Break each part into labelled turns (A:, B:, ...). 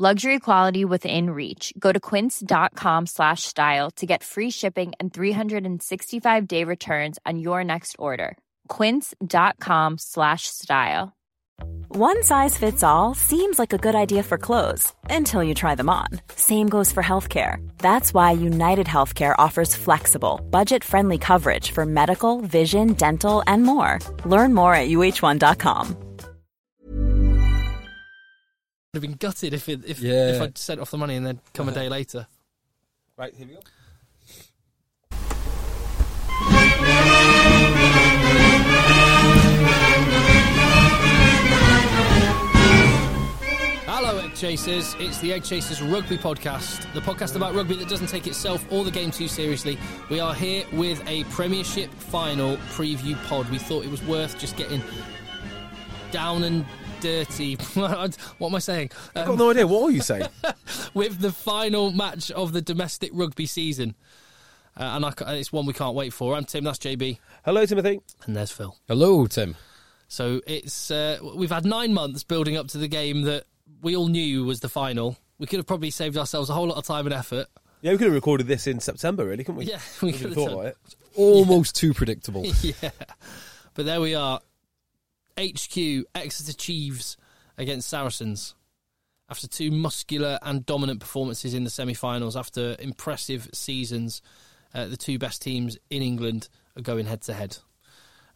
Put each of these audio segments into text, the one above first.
A: Luxury quality within reach. Go to quince.com slash style to get free shipping and 365 day returns on your next order. Quince.com slash style.
B: One size fits all seems like a good idea for clothes until you try them on. Same goes for healthcare. That's why United Healthcare offers flexible, budget friendly coverage for medical, vision, dental, and more. Learn more at uh1.com.
C: would have been gutted if it, if
D: Yeah.
C: if I'd sent off the money and then come a day later.
D: Right, here we go.
C: Hello, Egg Chasers. It's the Egg Chasers Rugby Podcast, the podcast about rugby that doesn't take itself or the game too seriously. We are here with a Premiership final preview pod. We thought it was worth just getting down and dirty. what am I saying? Uh,
D: I've got no idea. What are you saying?
C: with the final match of the domestic rugby season. Uh, and I, ca- it's one we can't wait for. I'm Tim, that's JB,
D: Hello, Timothy.
C: and there's Phil.
E: Hello, Tim.
C: So it's uh, we've had nine months building up to the game that we all knew was the final. We could have probably saved ourselves a whole lot of time and effort.
D: Yeah, we could have recorded this in September, really, couldn't we?
C: Yeah, we could have
D: thought
C: done.
D: about it.
E: Almost too predictable.
C: But there we are, HQ Exeter Chiefs against Saracens. After two muscular and dominant performances in the semi-finals, after impressive seasons, uh, the two best teams in England are going head to head.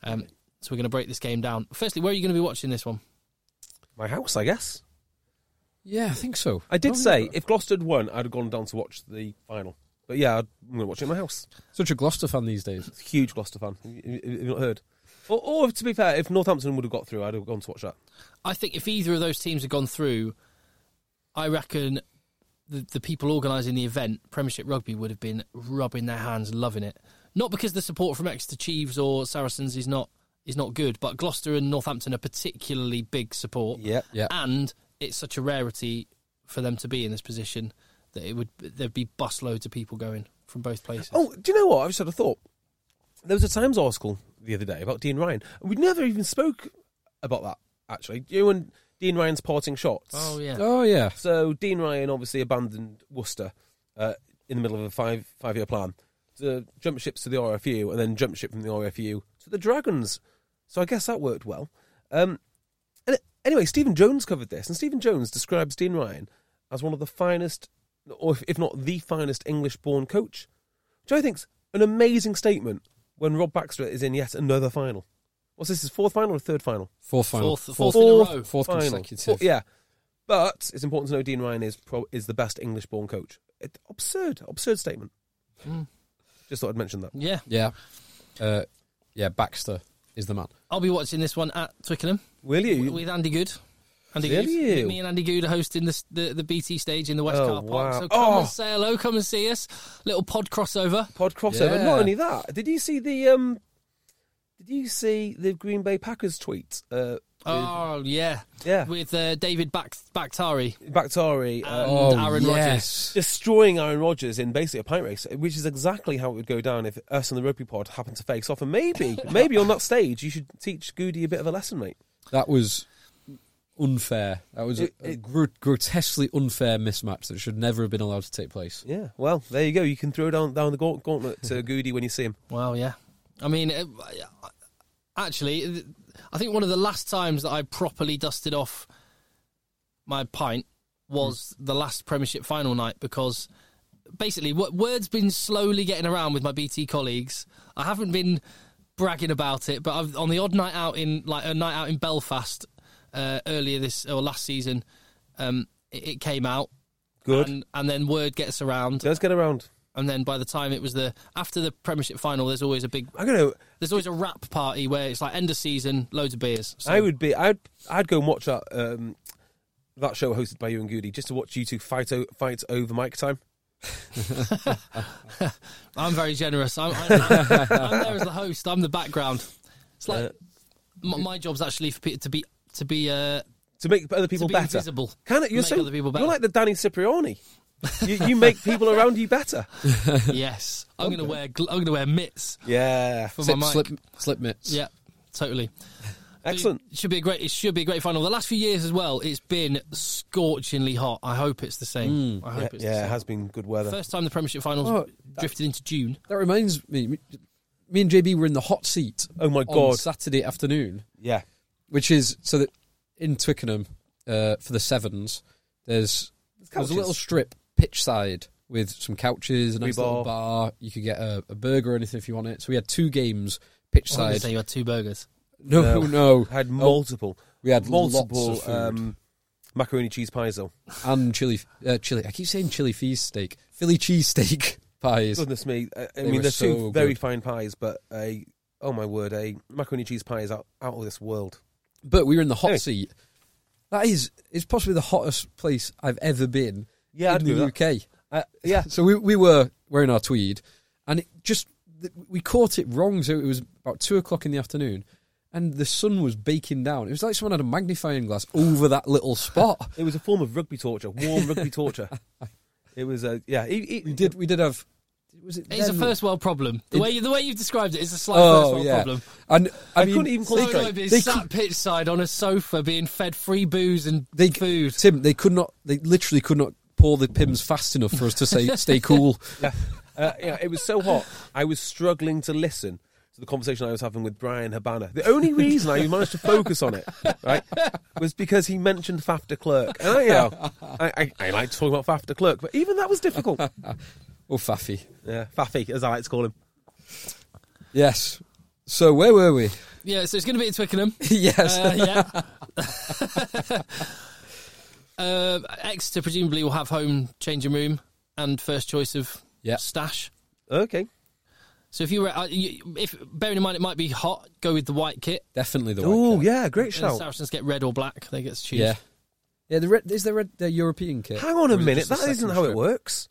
C: Um, So we're going to break this game down. Firstly, where are you going to be watching this one?
D: My house, I guess.
E: Yeah, I think so.
D: I did
E: Oh,
D: say
E: yeah.
D: if Gloucester had won, I'd have gone down to watch the final. But yeah, I'd- I'm going to watch it in my house.
E: such a Gloucester fan these days.
D: Huge Gloucester fan. You- you- You've not heard. Or, or to be fair, if Northampton would have got through, I'd have gone to watch that.
C: I think if either of those teams had gone through, I reckon the, the people organising the event, Premiership Rugby, would have been rubbing their hands, loving it. Not because the support from Exeter Chiefs or Saracens is not is not good, but Gloucester and Northampton are particularly big support.
D: Yep.
E: Yeah.
C: and it's such a rarity for them to be in this position that it would there'd be busloads of people going from both places.
D: Oh, do you know what? I've just had a thought. There was a Times article the other day about Dean Ryan. We never even spoke about that, actually. You and Dean Ryan's parting shots.
C: Oh, yeah.
E: Oh, yeah.
D: So Dean Ryan obviously abandoned Worcester uh, in the middle of a five five year plan to jump ships to the RFU and then jump ship from the RFU to the Dragons. So I guess that worked well. Um, and anyway, Stephen Jones covered this, and Stephen Jones describes Dean Ryan as one of the finest, or if, if not the finest, English-born coach, which I think's an amazing statement. When Rob Baxter is in yet another final, what's this? His fourth final or third final?
E: Fourth final.
C: Fourth- fourth in a row.
E: Fourth
D: final.
E: consecutive.
D: Four- yeah, but it's important to know Dean Ryan is pro- is the best English-born coach. It, absurd, absurd statement. Just thought I'd mention that.
C: Yeah,
E: Yeah. Uh, yeah, Baxter is the man.
C: I'll be watching this one at Twickenham.
D: Will you?
C: with Andy Good. Andy
D: Will
C: Good.
D: you?
C: Me and Andy Good are hosting the, the the BT stage in the West
D: Oh,
C: Car Park.
D: wow.
C: So come
D: Oh.
C: and say hello, come and see us. Little pod crossover.
D: Pod crossover.
E: Yeah.
D: Not only that, did you see the um? Did you see the Green Bay Packers tweet? Uh,
C: Oh yeah,
D: yeah,
C: with uh, David Bak- Bakhtari
D: Bakhtari
C: and
E: Um,
D: uh,
C: Aaron Rodgers.
E: Oh, yes.
D: destroying Aaron Rodgers in basically a pint race, which is exactly how it would go down if us and the rugby pod happened to face off. And maybe, maybe on that stage, you should teach Goody a bit of a lesson, mate.
E: That was unfair. That was
D: It-
E: a, a
D: it-
E: gr- grotesquely unfair mismatch that should never have been allowed to take place.
D: Yeah. Well, there you go. You can throw down down the gaunt- gauntlet to Goody when you see him.
C: Well, yeah. I mean, uh, actually, th- I think one of the last times that I properly dusted off my pint was the last Premiership final night because basically, what word's been slowly getting around with my BT colleagues. I haven't been bragging about it, but I've, on the odd night out in like a night out in Belfast uh, earlier this or last season, um, it, it came out.
D: Good.
C: And, and then word gets around,
D: Let's get around.
C: and then by the time it was the after the Premiership final, there's always a big
D: I'm gonna.
C: there's always a rap party where it's like end of season, loads of beers. So
D: I would be. I'd. I'd go and watch that. Um, that show hosted by you and Goody just to watch you two fight o- fight over mic time.
C: I'm very generous. I'm, I'm, I'm there as the host. I'm the background. It's
D: Uh,
C: like my, my job's actually for Peter to be to be uh,
D: to make other people
C: be
D: better.
C: invisible.
D: Can it? You're
C: Make
D: so
C: other people better.
D: you're like the Danny Cipriani. you, you make people around you better.
C: yes. I'm gonna wear gl- I'm gonna wear mitts
D: Yeah,
C: for
E: Slip,
C: my mic.
E: slip, slip mitts.
C: Yeah, totally.
D: excellent.
C: It should be a great. It should be a great final. The last few years as well, it's been scorchingly hot. I hope it's the same. I hope
D: Yeah,
C: it's
D: yeah, it
C: the
D: has been good weather.
C: same. First time the Premiership finals
E: Oh,
C: drifted into June.
E: That reminds me, me- me and JB were in the hot seat.
D: Oh my
E: on
D: God.
E: Saturday afternoon,
D: yeah,
E: which is so that in Twickenham uh, for the sevens, there's there's a
D: couches.
E: little strip pitch side with some couches, a nice little
D: Rebar.
E: bar. You could get a, a burger or anything if you want it. So we had two games pitch
C: Oh, I was gonna
E: side.
C: say you had two burgers.
E: No,
D: No.
E: no,
D: uh,
E: Oh,
D: had
C: Oh,
D: multiple.
E: we had
D: multiple
E: lots of food.
D: um, macaroni cheese pies though.
E: and chili, uh, chili. I keep saying chili fees steak, Philly cheese steak pies.
D: Goodness me! I, I
E: They
D: mean,
E: were
D: they're
E: so
D: two very
E: good.
D: fine pies, but a oh my word, a macaroni cheese pie is out, out of this world.
E: But we were in the hot
D: Hey.
E: seat. That is, it's possibly the hottest place I've ever been.
D: Yeah,
E: in
D: I'd agree
E: the
D: with
E: UK.
D: Uh, yeah,
E: So we we were wearing our tweed, and it just th- we caught it wrong. So it was about two o'clock in the afternoon, and the sun was baking down. It was like someone had a magnifying glass over that little spot.
D: it was a form of rugby torture, warm rugby torture. It was a yeah. e, It, it-
E: we did we did have. Was it
C: It's a
E: then?
C: first world problem. The
E: It-
C: way you, the way you've described it is a slight first
E: Oh
C: world
E: yeah,
C: problem.
E: and I,
D: I
E: mean,
D: couldn't even
C: So
D: They
C: annoyed
D: could-
C: being
E: they
C: sat
E: could-
C: pitch side on a sofa, being fed free booze and
E: they
C: food.
E: Tim, they could not. They literally could not pour the pims fast enough for us to say stay cool.
D: Uh, yeah, it was so hot. I was struggling to listen to the conversation I was having with Brian Habana. The only reason I managed to focus on it, right, was because he mentioned Faf de Klerk. And I, you know, I, I, I like talking about Faf de Klerk, but even that was difficult.
E: Oh, faffy.
D: Yeah, Faffy, as I like to call him.
E: Yes. So where were we?
C: Yeah, so it's going to be at Twickenham.
E: yes.
C: Uh, yeah. uh, Exeter presumably will have home changing room and first choice of
E: Yeah.
C: stash.
D: Okay.
C: So if you were, uh, you, if bearing in mind it might be hot, go with the white kit.
E: Definitely the.
D: Oh,
E: white
D: yeah, great
C: And the
D: shout.
C: Saracens get red or black. They get to choose.
E: Yeah. Yeah, the red, is there red the European kit?
D: Hang on
E: Or
D: a
E: is it
D: minute,
E: just the
D: that isn't
E: second
D: how it
E: strip?
D: works.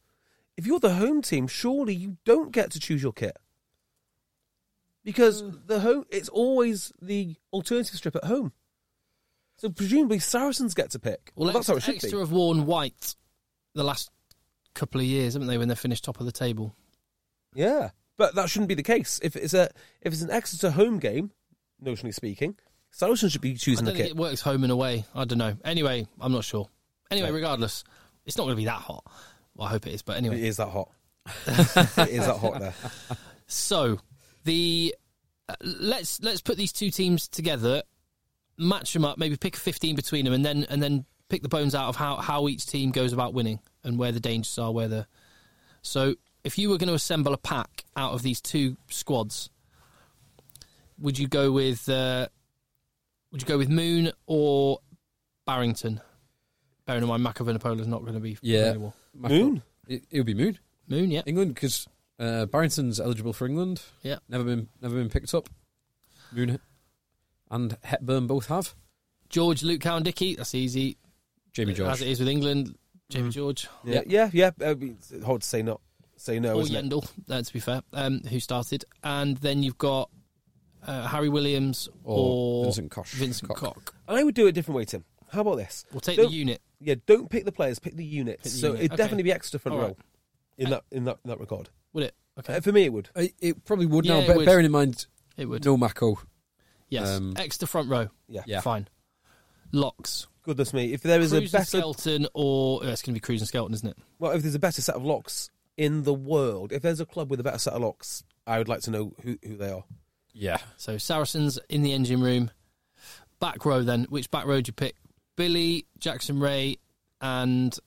D: If you're the home team, surely you don't get to choose your kit. Because
C: Mm.
D: the home it's always the alternative strip at home. So presumably Saracens get to pick. Well, that's how it should
C: Exeter
D: be.
C: have worn white the last couple of years, haven't they? When they finished top of the table.
D: Yeah. But that shouldn't be the case. If it's a if it's an Exeter home game, notionally speaking, Saracens should be
C: I
D: choosing the
C: don't think
D: kit.
C: it works home and away. I don't know. Anyway, I'm not sure. Anyway, regardless, it's not going to be that hot. Well, I hope it is, but
D: It
C: anyway.
D: is that hot. it is that hot there.
C: So the uh, let's let's put these two teams together, match them up, maybe pick a 15 between them, and then and then pick the bones out of how how each team goes about winning and where the dangers are, where the so if you were going to assemble a pack out of these two squads, would you go with uh, would you go with Moon or Barrington? Bearing in mind McAvoy is not going to be
E: Yeah.
C: available.
E: My
D: Moon?
E: thought- It, it would be Moon.
C: Moon, yeah,
E: England, because uh, Barrington's eligible for England.
C: yeah.
E: Never been never been picked up. Moon and Hepburn both have.
C: George, Luke Cowan, Dickey, that's easy.
E: Jamie
C: As
E: George.
C: it is with England, Jamie George
D: Yeah, yeah, yeah. I mean, it's hard to say not say no,
C: or
D: isn't it?
C: Yendel, uh, to be fair, um, who started. And then you've got uh, Harry Williams
E: Or
C: or,
E: Vincent Koch.
C: Vincent
E: Koch.
C: Koch.
D: I would do it a different way, Tim. How about this?
C: We'll take
D: Don't-
C: the unit.
D: Yeah, don't pick the players, pick the units.
C: Pick the
D: so
C: unit,
D: it'd
C: okay.
D: definitely be extra front
C: All
D: row
C: right.
D: in that in that in that regard.
C: Would it? Okay.
D: Uh, for me, it would.
E: It, it probably would
C: Yeah,
E: now,
C: it
E: but
C: would.
E: bearing in mind,
C: It would.
E: no Mako.
C: yes.
E: um,
C: Extra front row.
D: Yeah.
E: Yeah.
C: Fine. Locks.
D: Goodness me, if there is
C: Cruz
D: a
C: and
D: better
C: Skelton or. Uh, it's going to be Cruz and Skelton, isn't it?
D: well, if there's a better set of locks in the world, if there's a club with a better set of locks, I would like to know who, who they are.
E: Yeah.
C: So Saracens in the engine room. Back row then. Which back row do you pick? Billy, Jackson Ray, and.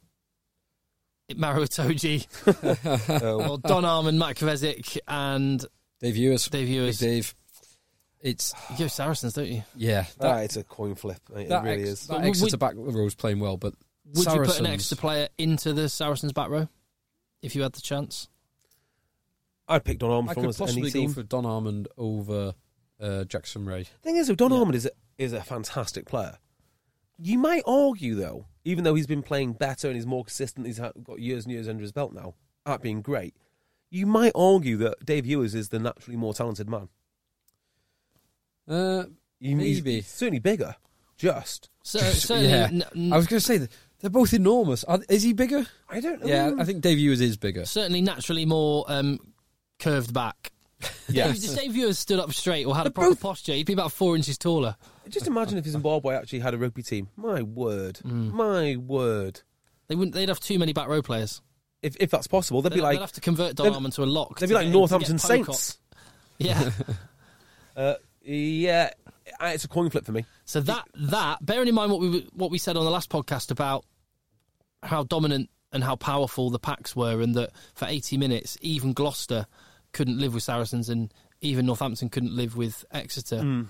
C: Maro Toji, or Don Armand, Matt Kvesic, and
E: Dave Ewers.
C: Dave Ewers.
E: Big Dave. It's,
C: You go Saracens, don't you?
E: yeah. That,
D: ah, it's a coin flip. mate, It
E: that
D: really
E: ex-
D: is.
E: That
C: But
E: Exeter
C: would-
E: back row's playing well, but
C: Would you put
E: Saracens-
C: an extra player into the Saracens back row if you had the chance?
D: I'd pick Don
E: I
D: Armand from
E: could
D: us- any
E: possibly go
D: team.
E: for Don Armand over uh, Jackson Ray.
D: The thing is, though, Don Armand is a, is a fantastic player. You might argue, though, even though he's been playing better and he's more consistent, he's ha- got years and years under his belt now. at being great, you might argue that Dave Ewers is the naturally more talented man.
E: Uh,
D: He-
E: Maybe.
D: He's certainly bigger. Just.
C: So, uh, certainly,
E: yeah.
C: n- n-
E: I was going to say that they're both enormous. Are, is he bigger? Mm.
D: I don't know.
E: Yeah, I think Dave Ewers is bigger.
C: certainly naturally more um, curved back.
D: Yeah.
C: If Dave Viewers stood up straight or had a
D: They're
C: proper
D: both-
C: posture, he'd be about four inches taller.
D: Just imagine if Zimbabwe actually had a rugby team. My word.
C: Mm.
D: My word.
C: They wouldn't. They'd have too many back row players.
D: If, if that's possible, they'd,
C: They'd,
D: be like
C: they'd have to convert
D: they'd-
C: Donarman to a lock.
D: they'd
C: to
D: be like
C: get him to
D: Northampton
C: get Pocock.
D: Saints.
C: Yeah.
D: Uh, yeah, I- it's a coin flip for me.
C: so that that bearing in mind what we were- what we said on the last podcast about how dominant and how powerful the packs were, and that for eighty minutes even Gloucester couldn't live with Saracens, and even Northampton couldn't live with Exeter.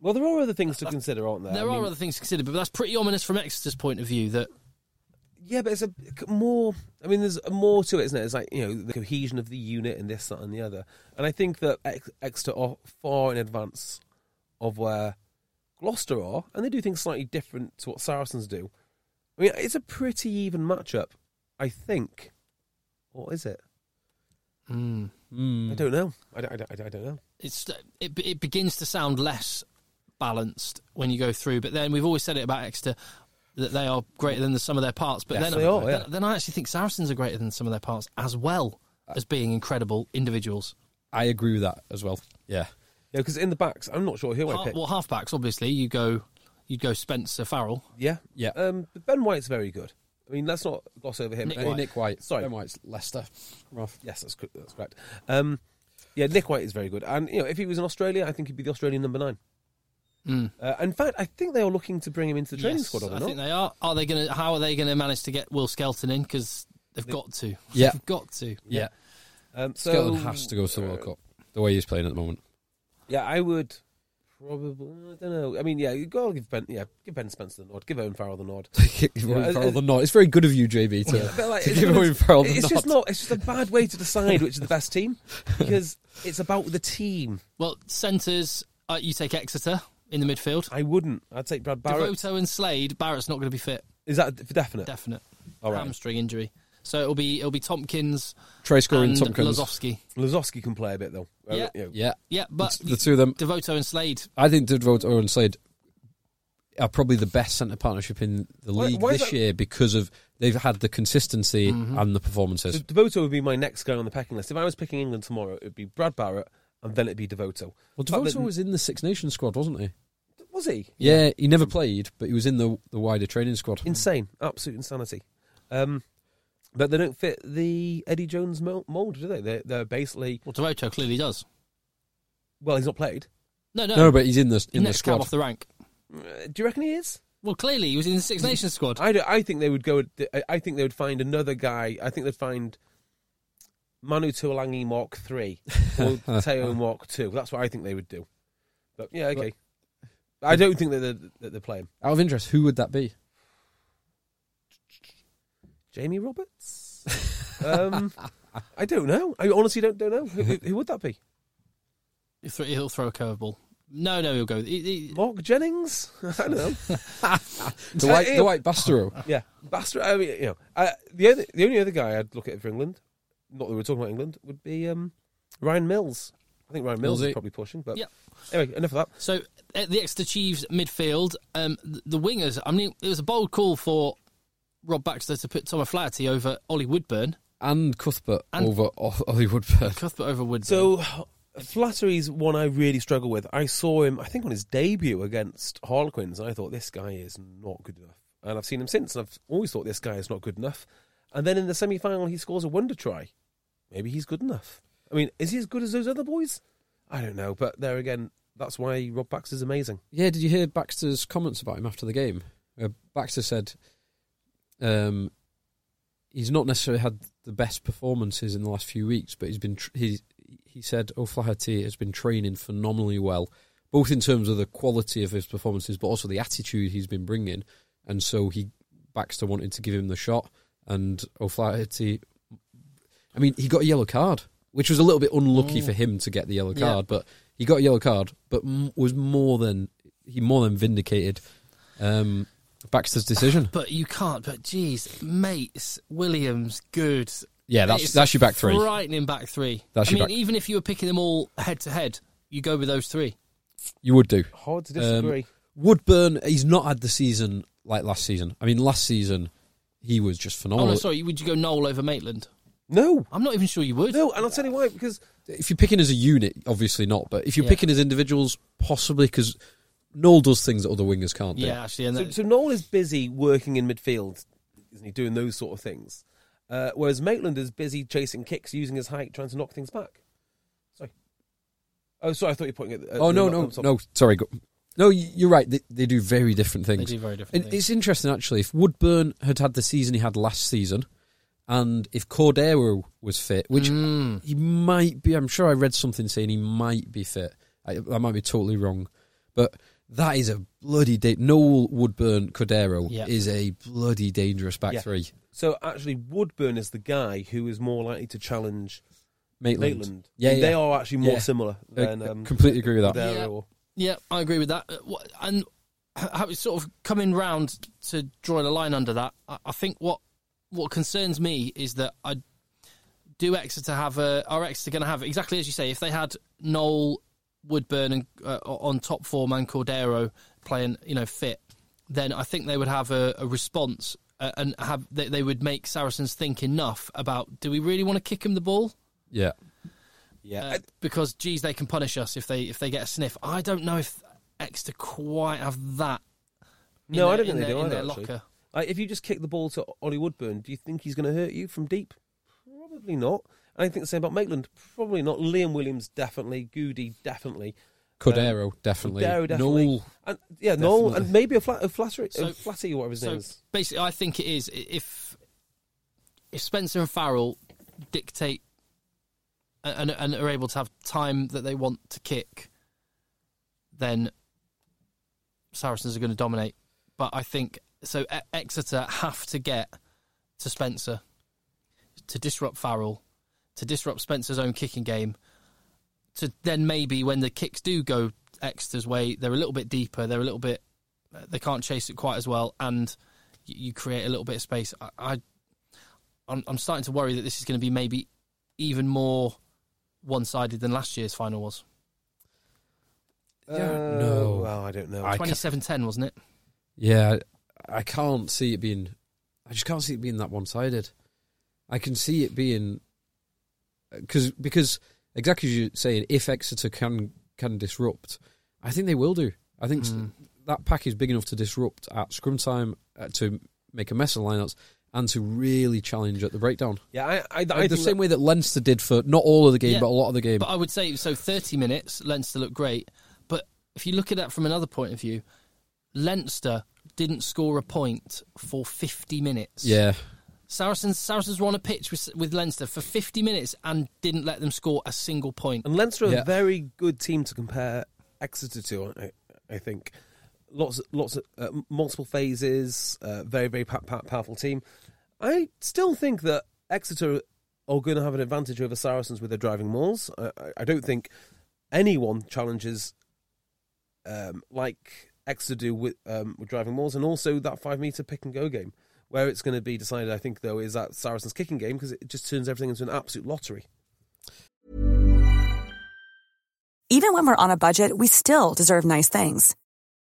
D: Well, there are other things to consider, aren't there?
C: There
D: Mm. I
C: are
D: mean-
C: other things to consider, but that's pretty ominous from Exeter's point of view. That
D: Yeah, but it's a c- more. I mean, there's more to it, isn't it? It's like you know the cohesion of the unit and this, that, and the other. And I think that Ex- Exeter are far in advance of where Gloucester are, and they do things slightly different to what Saracens do. I mean, it's a pretty even matchup, I think. Or is it?
E: Mm.
D: I don't know. I don't, I don't, I don't know.
C: it's it it begins to sound less balanced when you go through. But then we've always said it about Exeter that they are greater than the sum of their parts. But
D: Yes,
C: then,
D: they are, yeah.
C: then, then I actually think Saracens are greater than some of their parts as well
D: Uh,
C: as being incredible individuals.
E: I agree with that as well. Yeah.
D: Yeah, because in the backs, I'm not sure who I
C: Half,
D: picked.
C: well, halfbacks obviously you go you'd go Spencer Farrell.
D: Yeah,
E: Yeah.
D: Um, but ben White's very good. I mean, let's not gloss over him.
C: Nick
E: Uh,
C: White.
E: Nick White.
D: Sorry.
E: Ben White's Leicester. Rough.
D: Yes, that's cor- that's correct. Um, yeah, Nick White is very good, and you know, if he was in Australia, I think he'd be the Australian number nine.
C: Mm.
D: Uh, in fact, I think they are looking to bring him into the training
C: Yes,
D: squad. Are
C: I
D: they
C: think
D: not?
C: they are. Are they going to? How are they going to manage to get Will Skelton in? Because they've got to.
E: Yeah.
C: they've got to.
E: Yeah.
D: Um, so
E: Scotland has to go to the World Cup. The way he's playing at the moment.
D: Yeah, I would probably. I don't know. I mean, yeah, you got to give Ben. Yeah, give Ben Spencer the nod. Give Owen Farrell the nod.
E: Owen
D: uh,
E: Farrell the nod. It's very good of you, JB, to,
D: But, like,
E: to
D: it's
E: give
D: one of
E: Owen
D: those-
E: Farrell the
D: It's
E: nod.
D: just not. It's just a bad way to decide which is the best team because it's about the team.
C: Well, centres. Uh, you take Exeter in the midfield.
D: I wouldn't. I'd take Brad Barrett.
C: Devoto and Slade. Barrett's not going to be fit.
D: Is that for definite?
C: Definite.
D: All right.
C: hamstring injury. So it'll be it'll be Tompkins
E: Trey scoring
C: and
E: Tompkins.
C: Lazowski.
D: Lazowski can play a bit though. Uh,
C: Yeah.
D: you know,
E: Yeah.
C: Yeah, but
E: the two of them.
C: Devoto and Slade.
E: I think Devoto and Slade are probably the best centre partnership in the
D: Why-
E: league
D: why is
E: this
D: that-
E: year because of they've had the consistency and the performances.
D: De- Devoto would be my next guy on the pecking list. If I was picking England tomorrow, it would be Brad Barrett and then it'd be Devoto.
E: Well,
D: The fact
E: Devoto
D: that-
E: was in the Six Nations squad, wasn't he?
D: was he
E: Yeah, he never played, but he was in the the wider training squad.
D: insane, absolute insanity. Um, but they don't fit the Eddie Jones mol- mold, do they? They're, they're basically
C: Well, Devoto clearly does.
D: well, he's not played.
C: No, no,
E: No, but he's in the in the
C: next cab
E: squad.
C: off the rank.
D: Uh, Do you reckon he is?
C: Well, clearly he was in the Six Nations squad.
D: I, do- I think they would go. with the- I- I think they would find another guy. I think they'd find Manu Tuolangi Mark Three or Teo Mark Two. That's what I think they would do. But yeah, okay. I don't think that they're, that they're playing
E: Out of interest, who would that be?
D: Jamie Roberts. um, I don't know. I honestly don't don't know. Who, who, who would that be?
C: He'll throw, he'll throw a curveball. No, no, he'll go. He, he,
D: Mark Jennings? I don't know.
E: The white
D: Uh,
E: the white Bastero.
D: Yeah, Bastard. I mean, you know, uh, the other, the only other guy I'd look at for England, not that we're talking about England, would be um, Ryan Mills. I think Ryan Mills
E: Millsy.
D: is probably pushing, but
C: Yeah.
D: anyway, enough of that.
C: so at the Exeter Chiefs midfield, um, the, the wingers. I mean, it was a bold call for Rob Baxter to put Thomas Flaherty over Ollie Woodburn,
E: And Cuthbert
C: And-
E: over O- Ollie Woodburn.
C: Cuthbert over Woodburn.
D: So Flattery's one I really struggle with. I saw him, I think, on his debut against Harlequins, and I thought this guy is not good enough. And I've seen him since, and I've always thought this guy is not good enough. And then in the semi final, he scores a wonder try. Maybe he's good enough. I mean, is he as good as those other boys? I don't know, but there again, that's why Rob Bax is amazing.
E: Yeah, did you hear Baxter's comments about him after the game? Uh, Baxter said, um, "He's not necessarily had the best performances in the last few weeks, but he's been tr- he he said O'Flaherty has been training phenomenally well, both in terms of the quality of his performances, but also the attitude he's been bringing. And so he Baxter wanted to give him the shot, and O'Flaherty. I mean, he got a yellow card, which was a little bit unlucky for him to get the yellow
C: Mm. Yeah.
E: card, but he got a yellow card, but m- was more than he more than vindicated um, Baxter's decision.
C: But you can't. But geez, mates, Williams, good,
E: Yeah, that's
C: It's
E: that's your back three.
C: Frightening back three.
E: That's
C: I
E: your
C: mean,
E: back-
C: even if you were picking them all head to head, you go with those three.
E: You would do.
D: Hard to
E: Um,
D: disagree.
E: Woodburn, he's not had the season like last season. I mean, last season he was just
C: Oh,
E: phenomenal.
C: no, sorry. Would you go Noel over Maitland?
D: no,
C: I'm not even sure you would.
D: no, and I'll tell you why. Because
E: if you're picking as a unit, obviously not. But if you're
C: Yeah.
E: picking as individuals, possibly because Noel does things that other wingers can't do.
C: Yeah, actually. And
D: so,
C: that,
D: so Noel is busy working in midfield, isn't he? Doing those sort of things, uh, whereas Maitland is busy chasing kicks, using his height, trying to knock things back. Sorry. Oh, sorry. I thought you were pointing at. Uh,
E: Oh no,
D: not-
E: no,
D: not-
E: no. Sorry, go. no. y- You're right. They, they do very different
C: they
E: things.
C: do very different.
E: It,
C: things.
E: it's interesting actually. If Woodburn had had the season he had last season, and if Cordero was fit, which
C: Mm.
E: he might be. I'm sure I read something saying he might be fit. I, I might be totally wrong, but that is a bloody da- Noel Woodburn Cordero
C: Yeah.
E: is a bloody dangerous back
D: Yeah.
E: three.
D: So actually, Woodburn is the guy who is more likely to challenge
E: Maitland,
D: Maitland.
E: yeah,
D: they
E: yeah.
D: are actually more
E: Yeah. Uh,
D: similar
E: I-
D: than
E: I
D: um,
E: completely agree with that.
D: Cordero
C: Yeah.
D: or-
C: Yeah, I agree with that. Uh, what- And h- how it's sort of coming round to drawing a line under that. I, I think what what concerns me is that I do Exeter have a are Exeter going to have exactly as you say if they had Noel Woodburn and uh, on top form and Cordero playing you know fit, then I think they would have a, a response uh, and have they, they would make Saracens think enough about do we really want to kick him the ball
E: Yeah,
D: Yeah.
C: uh, because geez, they can punish us if they if they get a sniff. I don't know if Exeter quite have that. in
D: no,
C: their-
D: I don't think
C: in
D: they
C: their-
D: do
C: in
D: either.
C: their
D: actually.
C: locker.
D: Like, if you just kick the ball to Ollie Woodburn, do you think he's going to hurt you from deep? Probably not. And I think the same about Maitland. Probably not. Liam Williams definitely. Goody definitely.
E: Cordero definitely.
D: Darrow definitely.
E: Noel,
D: And yeah, Noel
E: Definitely.
D: and maybe a flat, a flattery,
C: So-
D: a flatty, whatever his
C: So
D: name is.
C: basically, I think it is i- if if Spencer and Farrell dictate and, and and are able to have time that they want to kick, then Saracens are going to dominate. But I think so. E- Exeter have to get to Spencer to disrupt Farrell, to disrupt Spencer's own kicking game. To then maybe when the kicks do go Exeter's way, they're a little bit deeper. They're a little bit they can't chase it quite as well, and you, you create a little bit of space. I, I I'm, I'm starting to worry that this is going to be maybe even more one-sided than last year's final was.
E: Yeah,
D: Uh,
E: no.
D: Well, I don't know.
E: I- can't-
C: 27-10, wasn't it?
E: yeah, I can't see it being. I just can't see it being that one sided. I can see it being because because exactly as you're saying, if Exeter can can disrupt, I think they will do. I think s-
C: Mm.
E: that pack is big enough to disrupt at scrum time uh, to make a mess of lineups and to really challenge at the breakdown.
D: yeah, I, I, I
E: Like
D: think
E: the
D: that-
E: same way that Leinster did for not all of the game,
C: Yeah.
E: but a lot of the game.
C: But I would say so. 30 minutes, Leinster looked great, but if you look at that from another point of view, Leinster didn't score a point for 50 minutes.
E: yeah,
C: Saracens Saracens were on a pitch with, with Leinster for 50 minutes and didn't let them score a single point.
E: Um,
D: And Leinster are
E: Yeah.
D: a very good team to compare Exeter to, aren't they? I, think. Lots, lots of uh, multiple phases, uh, very, very pa- pa- powerful team. I still think that Exeter are going to have an advantage over Saracens with their driving mauls. I, I- I don't think anyone challenges um, like Exeter do with, um, with driving mauls, and also that five meter pick and go game. Where it's going to be decided, I think, though, is that Saracens kicking game because it just turns everything into an absolute lottery.
B: Even when we're on a budget, we still deserve nice things.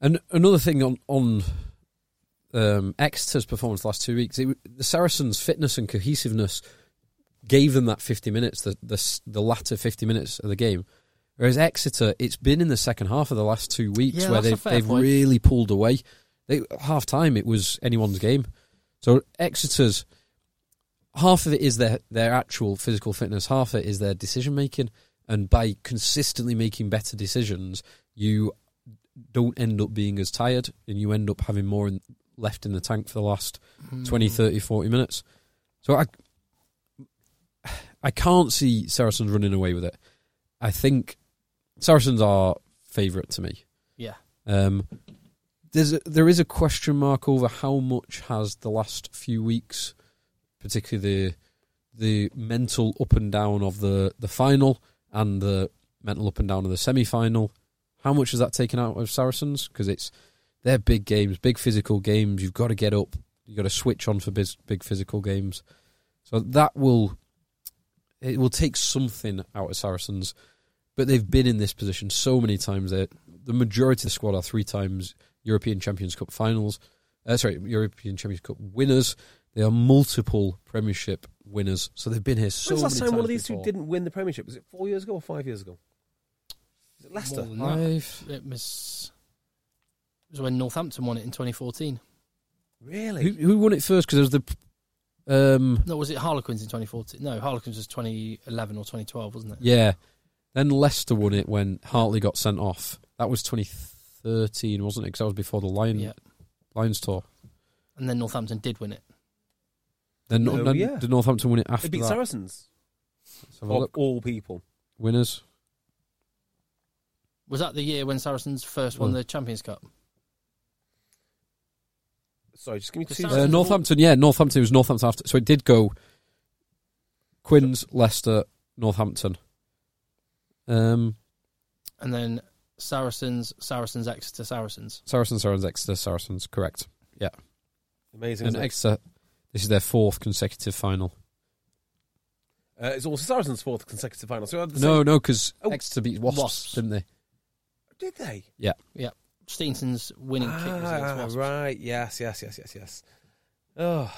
E: And another thing on on um, Exeter's performance the last two weeks, it, w- the Saracens' fitness and cohesiveness gave them that 50 minutes, the, the s- the latter 50 minutes of the game. Whereas Exeter, it's been in the second half of the last two weeks
C: Yeah,
E: where
C: that's a
E: they've,
C: fair
E: they've
C: point.
E: really pulled away. They half time it was anyone's game. So Exeter's half of it is their their actual physical fitness, half of it is their decision making, and by consistently making better decisions, you don't end up being as tired and you end up having more in, left in the tank for the last twenty, thirty, forty 20 30 40 minutes so i i can't see saracens running away with it i think saracens are favorite to me
C: Yeah.
E: um there's a, there is a question mark over how much has the last few weeks particularly the the mental up and down of the the final and the mental up and down of the semi-final how much has that taken out of saracens because it's they're big games big physical games you've got to get up you've got to switch on for big, big physical games so that will it will take something out of saracens but they've been in this position so many times that the majority of the squad are three times european champions cup finals uh, sorry european champions cup winners they are multiple premiership winners so they've been here so
D: When's the
E: many
D: last time
E: times
D: one of these
E: before.
D: two didn't win the Premiership? Was it four years ago or five years ago? Is it Leicester? Ah,
C: More than that.
E: Five.
C: It was, it was when Northampton won it in 2014.
D: Really?
E: Who, who won it first? Because there was the, um,
C: No, was it Harlequins in 2014? No, Harlequins was 2011 or 2012, wasn't it?
E: yeah. Then Leicester won it when Hartley got sent off. That was 2013, wasn't it? Because that was before the Lion,
C: Yeah.
E: Lions tour.
C: And then Northampton did win it.
E: Then,
D: Oh,
E: then
D: yeah.
E: did Northampton win it after
D: They beat
E: that?
D: Saracens.
E: Let's have a
D: Of
E: look.
D: all people.
E: Winners.
C: Was that the year when Saracens first won
E: Well-
C: the Champions Cup?
D: Sorry, just give me
C: The
D: two.
C: Saracens-
E: Uh, Northampton, yeah, Northampton it was Northampton after. So it did go Quinns, Leicester, Northampton. Um,
C: And then Saracens, Saracens, Exeter, Saracens.
E: Saracens, Saracens, Exeter, Saracens, correct.
D: Amazing.
E: And
D: isn't it?
E: Exeter, this is their fourth consecutive final.
D: Uh, it's also Saracens' fourth consecutive final. So they had the
E: No,
D: same-
E: no, because
D: Oh,
E: Exeter beat Wasps,
C: Wasps.
E: didn't they?
D: Did they?
C: Steenson's winning kick was against
D: Ah,
C: Wasps.
D: right. Yes, yes, yes, yes, yes. Oh.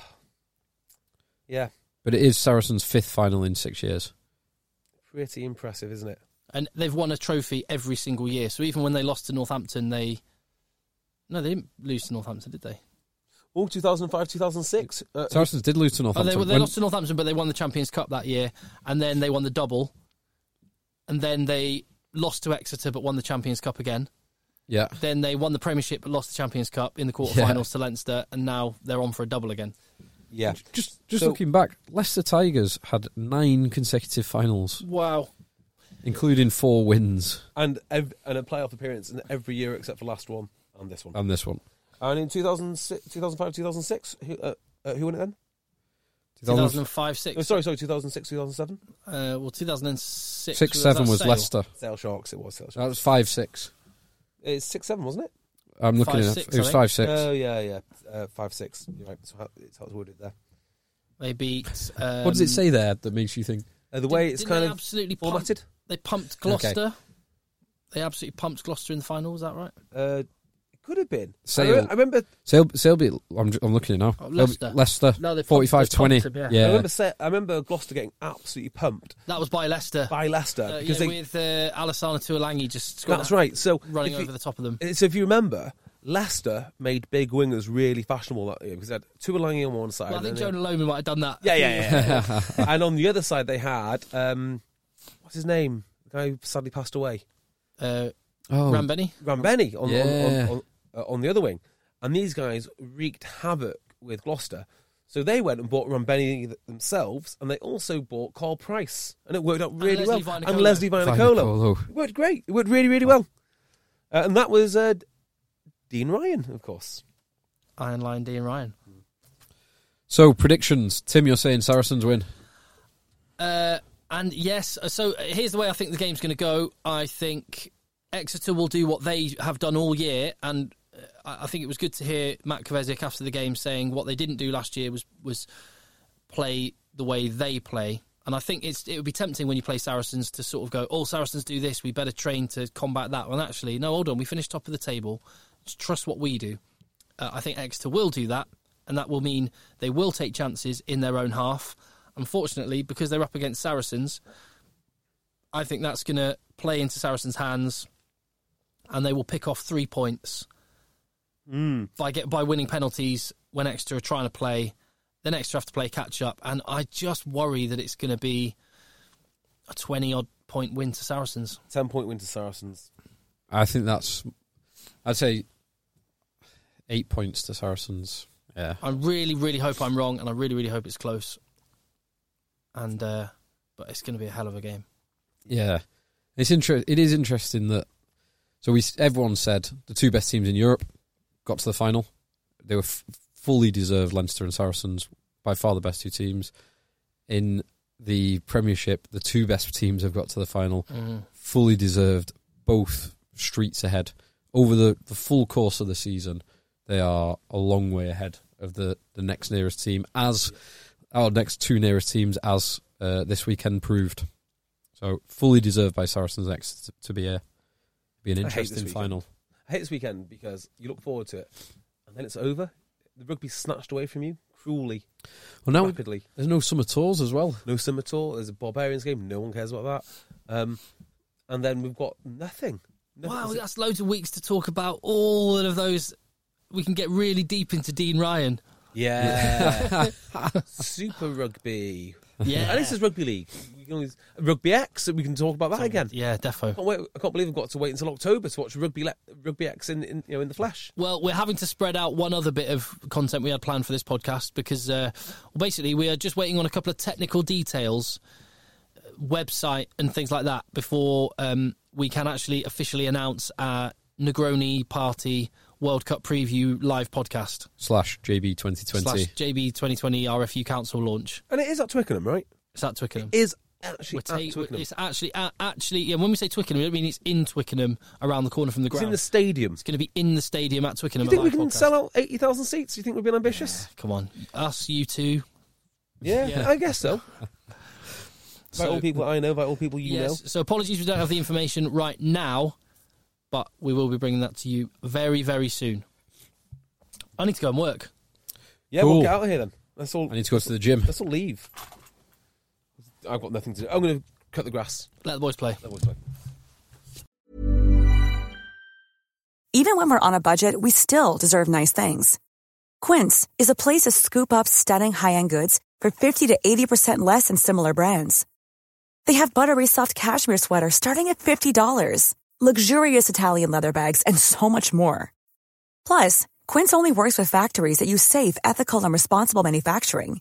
D: Yeah,
E: But it is Saracens' fifth final in six years.
D: pretty impressive, isn't it?
C: And they've won a trophy every single year. So even when they lost to Northampton, they. No, they didn't lose to Northampton, did they?
D: Oh, 2005, 2006. Uh,
E: Saracens did lose to
C: Oh, they,
E: Northampton.
C: well, they
E: When-
C: lost to Northampton, but they won the Champions Cup that year, and then they won the double, and then they lost to Exeter but won the Champions Cup again.
E: yeah,
C: Then they won the Premiership but lost the Champions Cup in the quarterfinals to Leinster, and now they're on for a double again.
D: yeah.
E: just just
D: So-
E: looking back, Leicester Tigers had nine consecutive finals,
C: Wow!
E: including four wins
D: And, ev- and a playoff appearance in every year except for last one and this one.
E: and this one.
D: And in 2006, 2005, 2006, who, uh, uh, who won it then?
C: 2005,
D: Oh,
C: six,
D: sorry, sorry, 2006, 2007?
C: uh, well, 2006,
E: Six seven was
C: Sale?
E: Leicester.
D: Sale Sharks, it was Sale Sharks.
E: That was five six.
D: Uh, It's 6 7, wasn't it?
E: I'm looking
C: Five,
E: at
C: six,
E: it. It was
C: I think.
E: five six.
D: Oh, yeah, yeah. Uh, 5 6. You're right. So how, it's how it's worded there.
C: They beat. Um,
E: what does it say there that makes you think?
D: Uh, the
C: didn't-
D: way it's
C: didn't
D: kind
C: they
D: of
C: absolutely
D: formatted.
C: Pumped, they pumped Gloucester. They absolutely pumped Gloucester in the final. Was that right?
D: Uh, it could have been. I,
E: Sale.
D: re- I remember.
E: Sale, Sale beat. I'm, j- I'm looking at it now.
C: Oh,
E: They'll
C: Leicester.
E: beat Leicester.
C: No, they pumped-
E: 45
C: they
E: 20.
C: pumped them,
E: yeah.
D: I remember. Sa- I remember Gloucester getting absolutely pumped
C: That was by Leicester.
D: by Leicester
C: Uh, yeah,
D: because they.
C: with uh, Alessandro Tuolangi just scored
D: That's
C: that-
D: right. So
C: running
D: if you-
C: over the top of them.
D: So if you remember, Leicester made big wingers really fashionable that year because they had Tuolangi on one side.
C: Well, I think
D: and
C: Jonah Lomu might have done that.
D: Yeah, yeah, yeah. yeah. and on the other side, they had um, what's his name? The guy who sadly passed away,
C: Uh,
E: Oh,
C: Rambenny.
D: Rambeni, on
E: Yeah.
D: on, on, on, uh, on the other wing. And these guys wreaked havoc with Gloucester. So they went and bought Rambeni th- themselves, and they also bought Carl Price, and it worked out really
C: Leslie
D: well.
C: Vainicolo.
D: And Leslie Vainicolo.
E: Vainicolo.
D: It worked great. It worked really, really well. Uh, and that was uh, Dean Ryan, of course.
C: Iron Lion Dean Ryan.
E: So, predictions. Tim, you're saying Saracens win.
C: Uh, and yes, uh, so uh, here's the way I think the game's going to go. I think Exeter will do what they have done all year, and uh, I I think it was good to hear Matt Kovacic after the game saying what they didn't do last year was was play the way they play. And I think it's it would be tempting when you play Saracens to sort of go, "Oh, Saracens do this. We better train to combat that." Well, actually, no. Hold on. We finished top of the table. Just trust what we do. Uh, I think Exeter will do that, and that will mean they will take chances in their own half. Unfortunately, because they're up against Saracens, I think that's going to play into Saracens' hands, and they will pick off three points by get by winning penalties when Exeter are trying to play. Then Exeter have to play catch up, and I just worry that it's going to be a twenty odd point win to Saracens.
D: Ten point win to Saracens.
E: I think that's. I'd say eight points to Saracens. Yeah.
C: I really, really hope I'm wrong, and I really, really hope it's close. And uh, but it's going to be a hell of a game.
E: Yeah, it's inter- It is interesting that so we s- everyone said the two best teams in Europe got to the final. They were f- fully deserved. Leinster and Saracens by far the best two teams in the Premiership. The two best teams have got to the final.
D: Mm-hmm.
E: Fully deserved. Both streets ahead over the, the full course of the season. They are a long way ahead of the, the next nearest team, as our next two nearest teams, as uh, this weekend proved. So fully deserved by Saracens X to, to be a be an
D: I hate this
E: interesting
D: weekend.
E: final.
D: I hate this weekend because you look forward to it, and then it's over. The rugby's snatched away from you cruelly,
E: Well, now
D: rapidly.
E: there's no summer tours as well.
D: No summer at all. There's a Barbarians game. No one cares about that. Um, and then we've got nothing. Nothing.
C: Wow,
D: Is it-
C: that's loads of weeks to talk about all of those. We can get really deep into Dean Ryan.
D: Yeah. Super rugby.
C: Yeah,
D: At least it's rugby league. We can always, rugby X, we can talk about that again.
C: yeah, defo.
D: I can't, wait, I can't believe I've got to wait until October to watch rugby le- rugby X in, in you know in the flesh.
C: Well, we're having to spread out one other bit of content we had planned for this podcast because uh, well, basically we are just waiting on a couple of technical details, uh, website and things like that, before um, we can actually officially announce our Negroni Party World Cup preview live podcast
E: Slash JB 2020.
C: slash JB 2020 RFU Council launch.
D: And it is at Twickenham, right?
C: It's at Twickenham.
D: Is actually
C: We're
D: at
C: ta-
D: Twickenham.
C: it's
D: It's,
C: actually uh, actually yeah. When we say Twickenham, we don't mean it's in Twickenham around the corner from the ground.
D: in the stadium.
C: It's going to be in the stadium at Twickenham.
D: You think
C: a
D: we
C: live
D: can
C: podcast.
D: sell out eighty thousand seats? You think we've been ambitious?
C: Come on, us, you two.
D: Yeah,
C: Yeah.
D: I guess so. By
C: So-
D: all people I know, by all people you
C: yes. So apologies, we don't have the information right now, but we will be bringing that to you very very soon. I need to go and work.
D: know. Yeah,
E: Cool.
D: we'll get out of here then. Let's all
E: I need to go to the gym.
D: let's all leave. I've got nothing to do. I'm going to cut the grass.
C: Let the boys play.
D: That was like.
F: Even when we're on a budget, we still deserve nice things. Quince is a place to scoop up stunning high-end goods for 50 to 80% less than similar brands. They have buttery soft cashmere sweaters starting at $50, luxurious Italian leather bags, and so much more. Plus, Quince only works with factories that use safe, ethical, and responsible manufacturing.